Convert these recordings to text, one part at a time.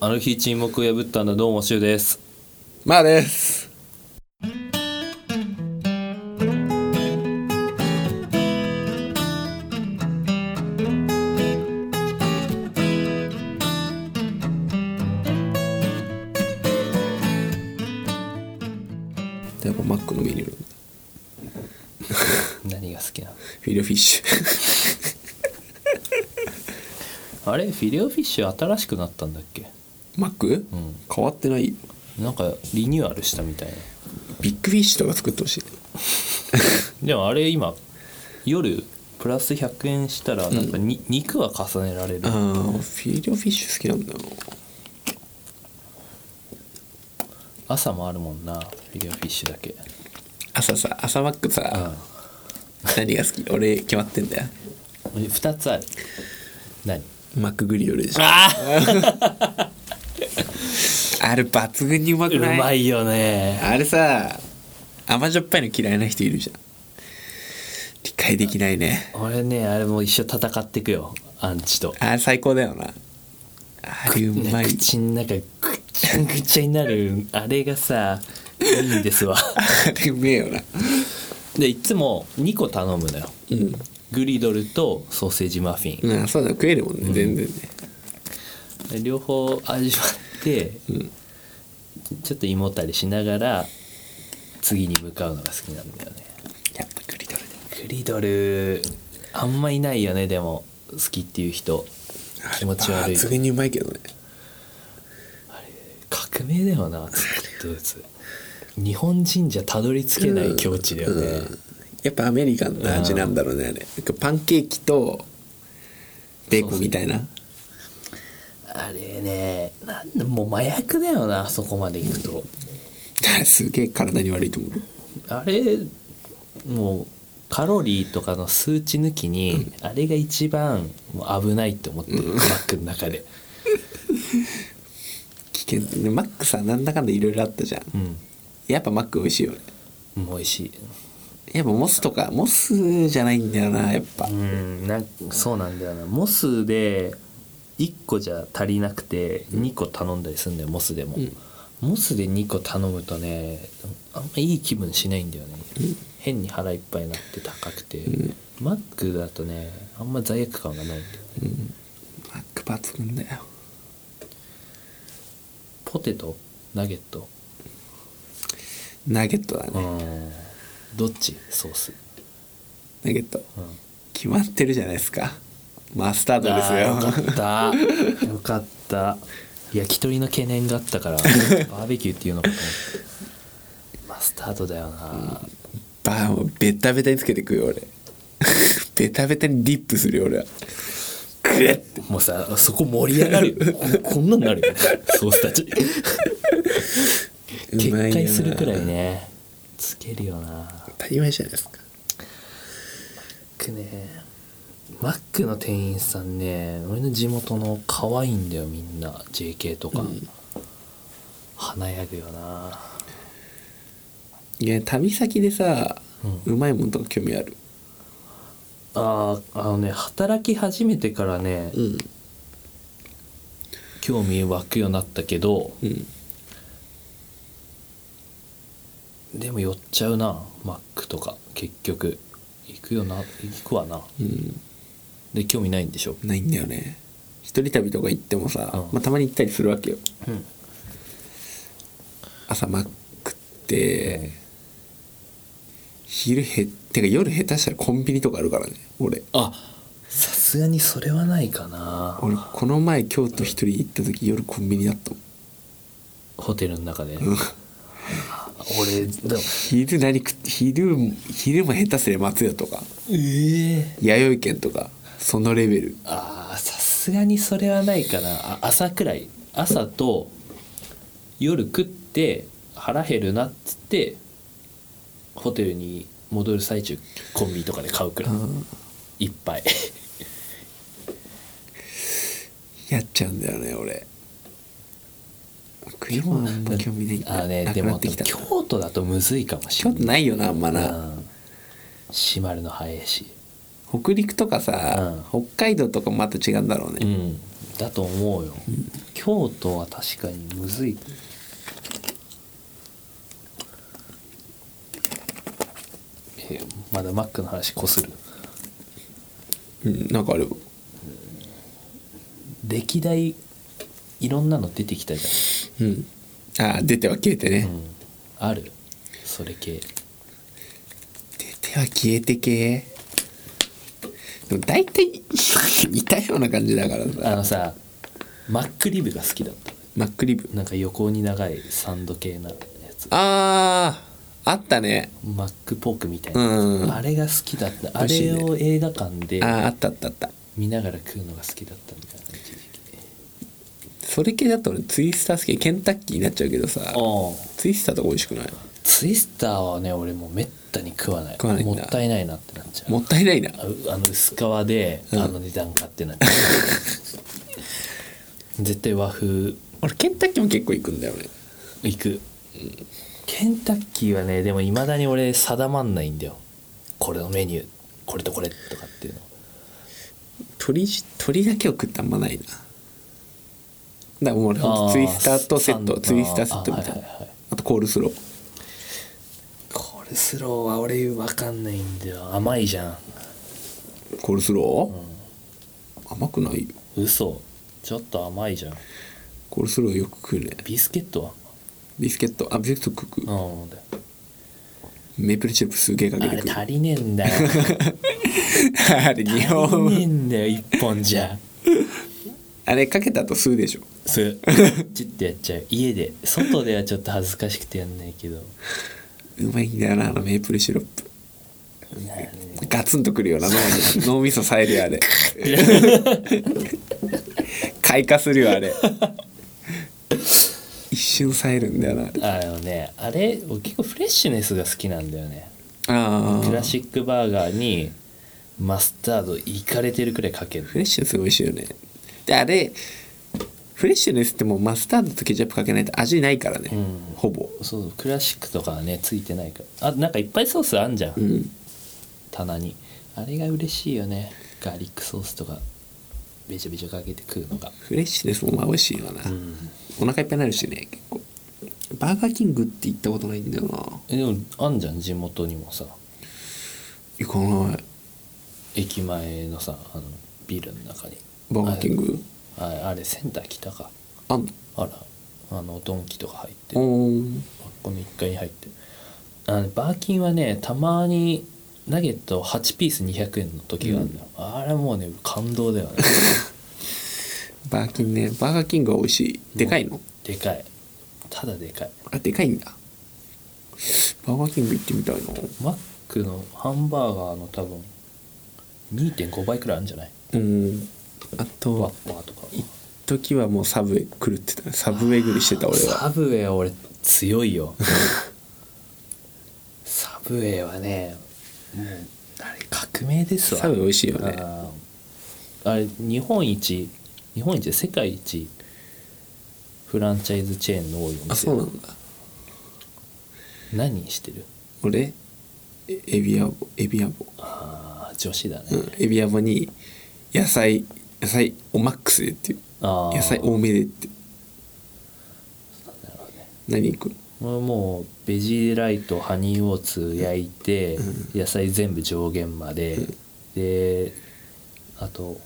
あの日沈黙を破ったんだどうもしゅうですまあです。やっぱマックのメニューフ 何が好きなのィレフィッシュ あれフィレオフィッシュ新しくなったんだっけマック、ん変わってないなんかリニューアルしたみたいなビッグフィッシュとか作ってほしいでもあれ今夜プラス100円したらなんかに、肉は重ねられるあーフィレオフィッシュ好きなんだよ朝もあるもんなフィレオフィッシュだけ朝さ朝マックさ、うん何が好き俺決まってんだよ2つある何マックグリドルでしょあ あれ抜群にうまうくないまいよねあれさ甘じょっぱいの嫌いな人いるじゃん理解できないね俺ねあれもう一生戦ってくよアンチとあれ最高だよなあれうまねい口の中ぐっちゃぐちゃになるあれがさいいんですわあれうめえよなでいつも2個頼むのようんグリドルとソーセージマフィンうんそうだよ食えるもんね、全然ねで両方味わって、ちょっと胃もたりしながら次に向かうのが好きなんだよねやっぱグリドルだグリドルあんまいないよねでも好きっていう人気持ち悪い抜群にうまいけどね革命だよな作ったやつ日本人じゃたどり着けない境地だよね、うんやっぱアメリカンな味なんだろうねあれパンケーキとベーコンみたいなあれねなんだもう麻薬だよなそこまでいくとあれ すげえ体に悪いと思うあれもうカロリーとかの数値抜きに、あれが一番もう危ないって思ってる、マックの中で、危険ねマックさなんだかんだいろいろあったじゃんうやっぱマック美味しいよねん、もう美味しいやっぱモスとかモスじゃないんだよなやっぱうんなんそうなんだよなモスで1個じゃ足りなくて2個頼んだりするんだよモスでも、んモスで2個頼むとねあんまいい気分しないんだよね、変に腹いっぱいになって高くて、マックだとねあんま罪悪感がないんだよねマック抜群だよポテトナゲットナゲットだうねんどっちソース、ナゲットうん、決まってるじゃないですかマスタードですあよーよかったよかった焼き鳥の懸念があったからバーベキューっていうのかと思ったマスタードだよな、バーもうベタベタにつけて食うよ俺 ベタベタにディップするよ俺はグエッてもうさそこ盛り上がるよここんなんなるよソースたち決うまいよな壊するくらいねつけるよな当たり前じゃないですかマックねマックの店員さんね俺の地元の可愛いんだよみんな JK とか、華やぐよないや旅先でさ、ううまいもんとか興味あるあーあのね働き始めてからね、うん興味湧くようになったけどうんでも寄っちゃうなマックとか結局行くよな行くわなうんで興味ないんでしょないんだよね一人旅とか行ってもさ、うんまあ、たまに行ったりするわけようん朝マックって昼へってか夜下手したらコンビニとかあるからね俺あさすがにそれはないかな俺この前京都一人行った時夜コンビニだったもん ホテルの中で、うん俺でも昼何食って昼昼も下手すりゃ松屋とかええ弥生県とかそのレベルああさすがにそれはないかなあ朝くらい朝と夜食って腹減るなっつってホテルに戻る最中コンビニとかで買うくらいいっぱいやっちゃうんだよね俺食い物あんま興味ないんあだーねなでくなもってきた京京都だとむずいかもしれ都ないないよなあんまな、うん閉まるの早いし北陸とかさ、北海道とかまた違うんだろううね、んだと思うよ、京都は確かにむずいえーまだマックの話こするうんなんかあれ歴代いろんなの出てきたじうんあー出ては消えてねゃん、、うん、あるそれ系出ては消えて系でも大体 似たような感じだからあさのさマックリブが好きだったマックリブなんか横に長いサンド系なやつあーあったねマックポークみたいな、うんあれが好きだった美あ味しいねれを映画館であーあったあったあった見ながら食うのが好きだったみたいな一時期ねそれ系だと俺ツイスター好きケンタッキーになっちゃうけどさうんツイスターとか美味しくないツイスターはね俺もうめったに食わない食わないんもだったいないなってなっちゃうもったいないなあうあの薄皮で、うんあの値段買ってなっちゃう 絶対和風俺ケンタッキーも結構行くんだよね行く、ケンタッキーはねでもいまだに俺定まんないんだよこれのメニューこれとこれとかっていうの鶏じ鶏だけを食ったあんまないなだからもう俺ほんあーとツイスターとセッサトンツイスターセットみたいなあ,、あはいはいはいとコールスローコールスローは俺わかんないんだよ甘いじゃんコールスロー、甘くないよ嘘ちょっと甘いじゃんコールスローよく食うねビスケットはビスケットあビスケット食う、うんだよメープルシロップすげえかけあてれ食う足りねえんだよ あれ日足りねえ本んだよ一本じゃあれかけた後吸うでしょすちょっとやっちゃう家で外ではちょっと恥ずかしくてやんないけどうまいんだよなあのメープルシロップガツンとくるような脳に脳みそさえるよあれ開花するよあれ一瞬さえるんだよなあ れあのねあれ俺結構フレッシュネスが好きなんだよねあークラシックバーガーにマスタードいかれてるくらいかけるフレッシュネス美味しいよねであれフレッシュネスってもうマスタードとケチャップかけないと味ないからね、うんほぼそうクラシックとかはねついてないからあなんかいっぱいソースあんじゃん、うん棚にあれが嬉しいよねガーリックソースとかべちゃべちゃかけて食うのがフレッシュネスもまあ美味しいわな、うんお腹いっぱいになるしね結構バーガーキングって行ったことないんだよなえでもあんじゃん地元にもさ行かない駅前のさあのビルの中にバーガーキングあれあれセンター来たかあんあらあのドンキとか入ってるおーこの1階に入ってるあのバーキンはねたまにナゲット8ピース200円の時があるんだよ、あれもうね感動だよね バーキンねバーガーキングは美味しいでかいの、でかいただでかいあでかいんだバーガーキング行ってみたいなマックのハンバーガーの多分2.5倍くらいあるんじゃないうんあとワはッパーとか一時はもうサブウェイ狂ってたサブウェイ狂いしてた俺はサブウェイは俺強い よサブウェイはねもうあれ革命ですわサブウェイ美味しいよあねーあれ日本一日本一で世界一フランチャイズチェーンの多いおあそうな店んだ何してる俺えエビアボエビアボああ女子だね、うんエビアボに野菜野菜おマックスでっていうああ野菜多めでって何行くのもうもうベジライトハニーオーツ焼いて、野菜全部上限まで、であと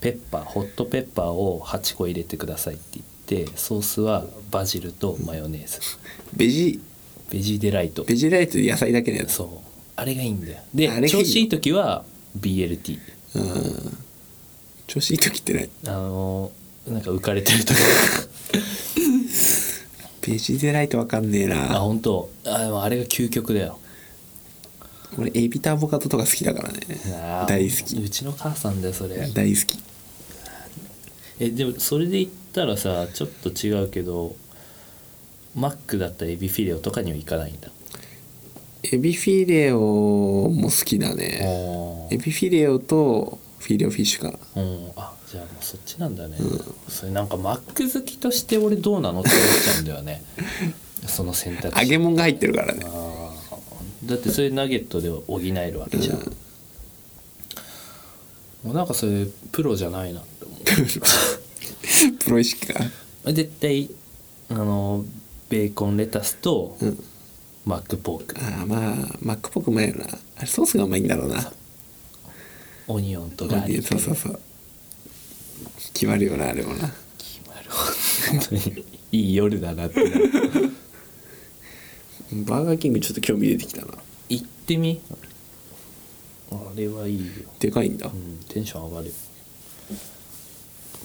ペッパーホットペッパーを8個入れてくださいって言ってソースはバジルとマヨネーズベジベジデライトベジライトで野菜だけのやつそうあれがいいんだよであれがいいよ調子いい時は BLT うん調子いい時ってないあのなんか浮かれてる 時ベジデライトわかんねえあな本当あでもあれが究極だよ俺エビとアボカドとか好きだからねあー大好きうちの母さんだよそれ大好きえでもそれで言ったらさちょっと違うけどマックだったらエビフィレオとかには行かないんだエビフィレオも好きだねおエビフィレオとフィレオフィッシュかなうんあじゃあもうそっちなんだね、それなんかマック好きとして俺どうなのって思っちゃうんだよ ねその選択肢揚げ物が入ってるからねあーだってそれナゲットで補えるわけじゃん、うんもうなんかそれプロじゃないなって思う プロ意識が絶対あのベーコンレタスとうんマックポークああまあマックっぽくうまいよなあれソースがうまいんだろうなオニオンとガーリックそうそうそう決まるよなあれもな決まる本当にいい夜だなってバーガーキングちょっと興味出てきたな行ってみあれはいいよ、でかいんだ、うん、テンション上がる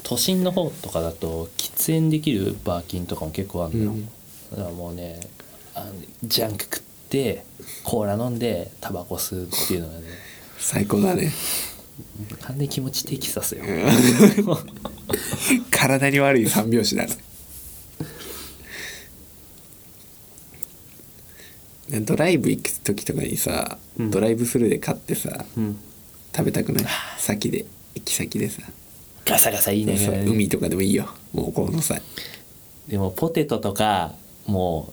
都心の方とかだと喫煙できるバーキンとかも結構あるのよ、うんだからもうねあのジャンク食ってコーラ飲んでタバコ吸うっていうのが ね最高だね 完全に気持ちテキサスよ体に悪い三拍子だねドライブ行く時とかにさ、うんドライブスルーで買ってさうん食べたくない先で行き先でさ、ガサガサいいねそう海とかでもいいよもうこの際でもポテトとかも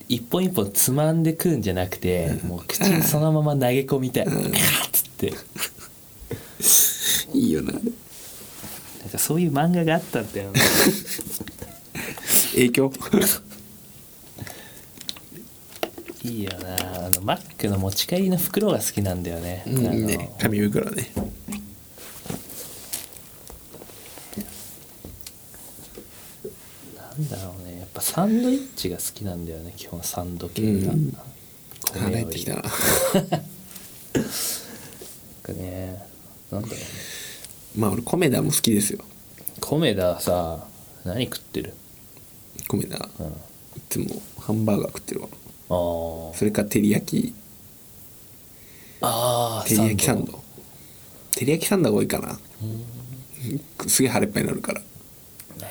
う一本一本つまんで食うんじゃなくて、もう口にそのまま投げ込みたい、カッつっていいよなあれなんかそういう漫画があったんだよね影響いいよなあのマックの持ち帰りの袋が好きなんだよね,、うんあのね紙袋ねなんだろうねやっぱサンドイッチが好きなんだよね基本サンド系が、うん米腹より減ってきたなんなかねなんだろうねまあ俺コメダも好きですよ米ださ何食ってる、コメダいうん、あつもハンバーガー食ってるわーそれか照り焼きあー照り焼きサンド照り焼きサンドが多いかなすげえ腹いっぱいになるから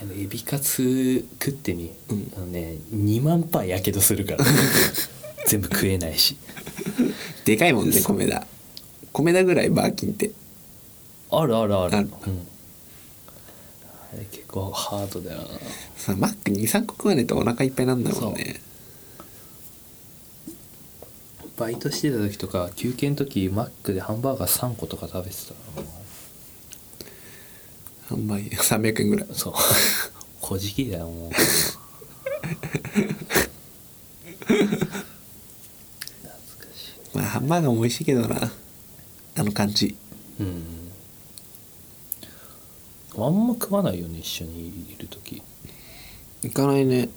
あのエビカツ食ってみ、うんあのね2万パーやけどする から全部食えないしでかいもんね米田米田ぐらいバーキンってあるあるあるあるうん、あれ結構ハードだよなさマック23個食わねえとお腹いっぱいなんだもんねバイトしてた時とか休憩の時マックでハンバーガー3個とか食べてたな販売300円ぐらい そう小じきだよもう懐かしいまあハンバーガーも美味しいけどなあの感じうんあんま食わないよね一緒にいる時行かないね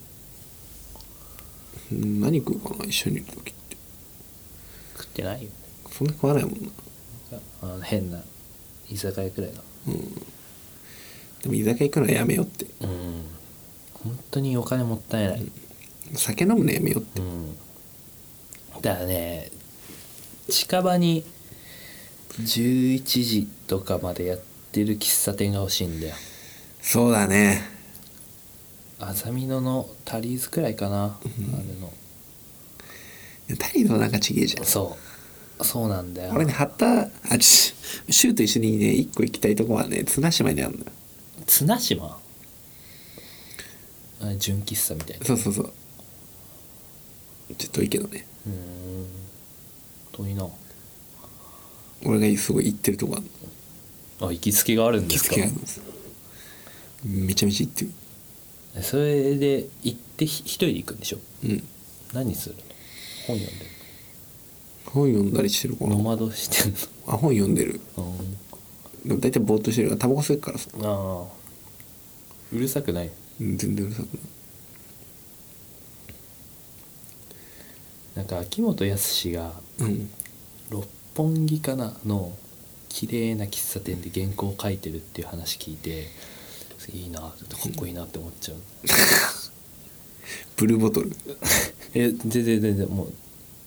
うん何食うかな一緒にいる時って食ってないよねそんな食わないもんなあの変な居酒屋くらいのでも居酒屋行くのはやめようってうん本当にお金もったいない酒飲むのやめようってうんだからね近場に11時とかまでやってる喫茶店が欲しいんだよそうだねあざみ野のタリーズくらいかな、あれの態度なんかちげえじゃんそうそうなんだよ俺ねハッタあちシューと一緒にね一個行きたいとこはね綱島にあるのよ綱島あ純喫茶みたいなそうそうそうちょっと遠いけどねうーん遠いな俺がすごい行ってるとこあるのあ行きつけがあるんで気す付かけがあるんですよめちゃめちゃ行ってるそれで行ってひ一人で行くんでしょうん何するの本読んで本読んだりしてるかるのなノマドしてんあ本読んでるの、うん、でも大体ぼーっとしてるからタバコ吸うからさああうるさくないうん全然うるさくないなんか秋元康がうん六本木かなの綺麗な喫茶店で原稿を書いてるっていう話聞いていいなかっこいいなって思っちゃう、 ブルーボトルえ全然全然もう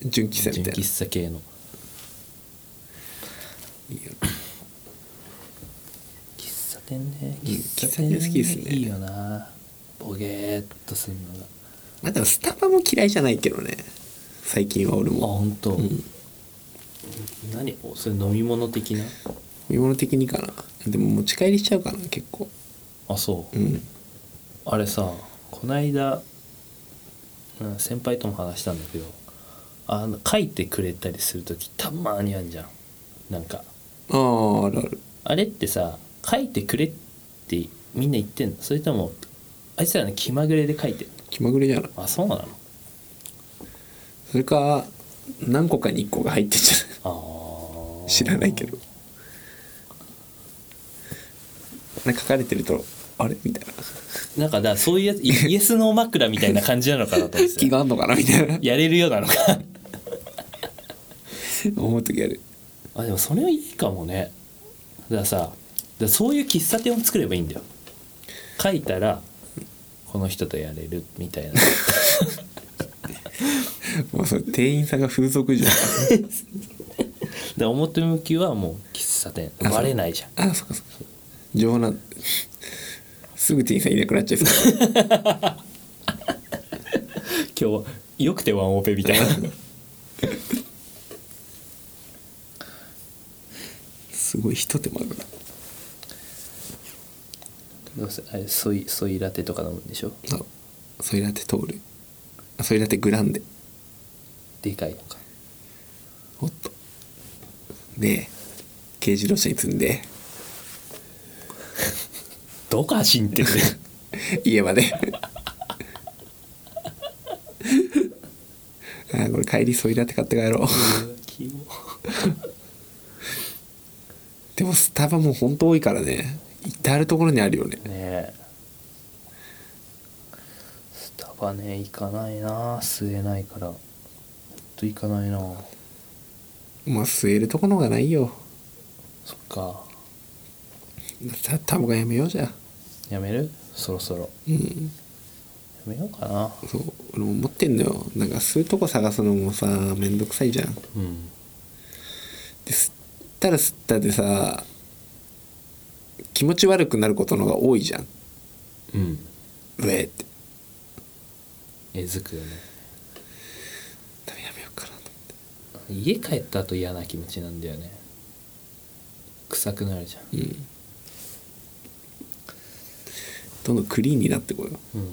純喫茶純みたいない喫茶系のいよ喫茶店ねうん喫茶喫店茶店好きですねいいよなボゲーっとするのがまあでもスタバも嫌いじゃないけどね最近は俺あも本当、うん何おそれ飲み物的な見物的にかなでも持ち帰りしちゃうかな結構あそう、うんあれさこないだうん先輩とも話したんだけどあの書いてくれたりする時たまにあんじゃんなんかあああるあるあれってさ書いてくれってみんな言ってんのそれともあいつらの気まぐれで書いてんの気まぐれじゃないあそうなのそれか何個かに1個が入ってんじゃないああ知らない けどなんか書かれてるとあれみたいななんかだからそういうやつイイエスノー枕みたいな感じなのかなと思って 気たがあんのかなみたいなやれるようなのか思う時あるあでもそれはいいかもねだからさだからそういう喫茶店を作ればいいんだよ書いたらこの人とやれるみ たいなもうそれ店員さんが風俗嬢で表向きはもう喫茶店あそうバレないじゃんあそっかそっか嬢なんすぐ店員さんいなくなっちゃいそう今日はよくてワンオペみたいなすごいひと手間が どうせあれソイソイラテとか飲むんでしょそうソイラテ通るあソイラテグランデでかいのかおっとで軽自動車に積んでどこ走ってる家まであーこれ帰りソイラテ買って帰ろうキモでもスタバもほんと多いからね至る所にあるよね ねえスタバね行かないな吸えないからほんと行かないなまあ吸えるとこの方がないよそっかたタバコやめようじゃあやめるそろそろうんやめようかなそう俺も思ってんのよなんか吸うとこ探すのもさめんどくさいじゃんでうん吸ったら吸ったでさ気持ち悪くなることの方が多いじゃんうんうえってえずくよね多分やめようかなと思って家帰った後嫌な気持ちなんだよね臭くなるじゃんうんどんどんクリーンになってこよううん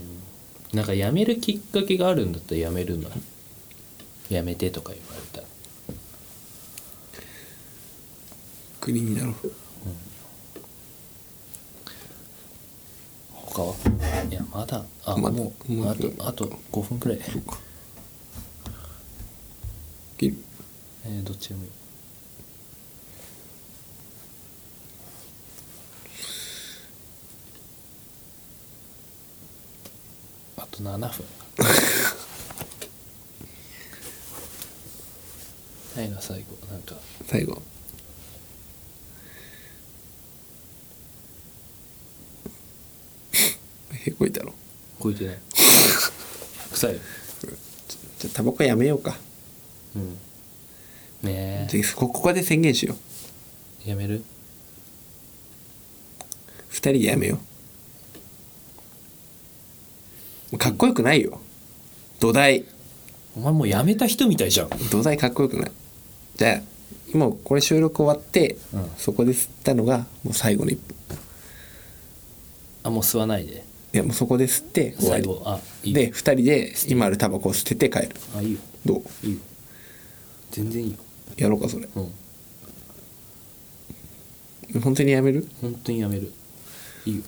なんか辞めるきっかけがあるんだったら辞めるのよ辞めてとか言われたらクリーンになろう他はいやまだあまだもうもうあとあと5分くらいか切るえーどっちでもいいあと7分 ないな最後なんか最後 へこいたろ動いてない 臭いよちょじゃあタバコやめようか、うんねじゃあこここで宣言しようえやめる二人でやめようもうかっこよくないよ土台お前もうやめた人みたいじゃん土台かっこよくないじゃあ今これ収録終わって、うんそこで吸ったのがもう最後の一歩あもう吸わないでいやもうそこで吸って終わ最り後あいいよで2人で今あるタバコを捨てて帰るあいいよどういいよ全然いいよやろうかそれうん本当にやめる本当にやめるいいよ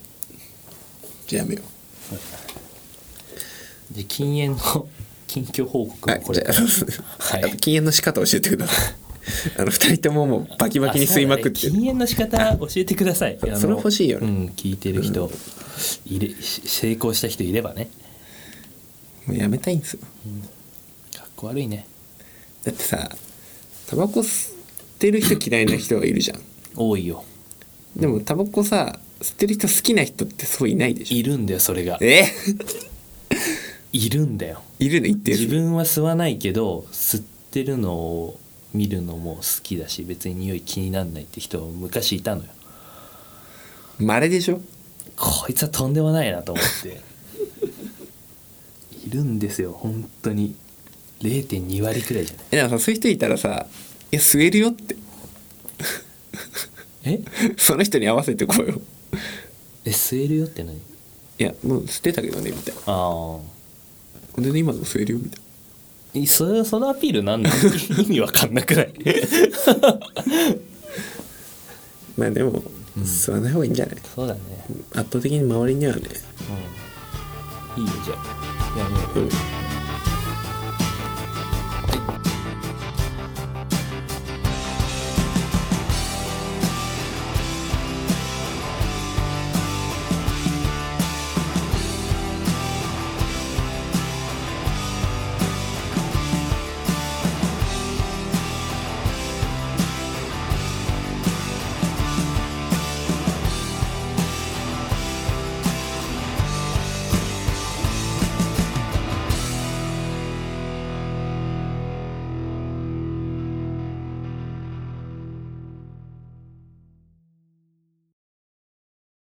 じゃあやめよで禁煙の 近況報告うはもいこじれゃあ,、はいあと禁煙の仕方を教えてく ださいあの2人とももうバキバキに吸いまくっあてそうだね禁煙の仕方教えてくださいあのそれ欲しいよねうん聞いてる人いれし成功した人いればねもうやめたいんですよかっこ悪いねだってさタバコ吸ってる人嫌いな人がいるじゃん多いよでもタバコさ吸ってる人好きな人ってそういないでしょいるんだよそれがえ いるんだよいるの言ってる自分は吸わないけど吸ってるのを見るのも好きだし別に匂い気になんないって人昔いたのよまれでしょこいつはとんでもないなと思って いるんですよ本当に0.2割くらいじゃないえでもさそういう人いたらさ「いや吸えるよ」ってえその人に合わせてこうよえ吸えるよって何いやもう吸ってたけどねみたいなああほんでね今でも吸えるよみたいなえそそのアピールなん なの意味わかんなくないまあでも吸わない方がいいんじゃないそうだね圧倒的に周りにはねうんいいよじゃあやめよう、うん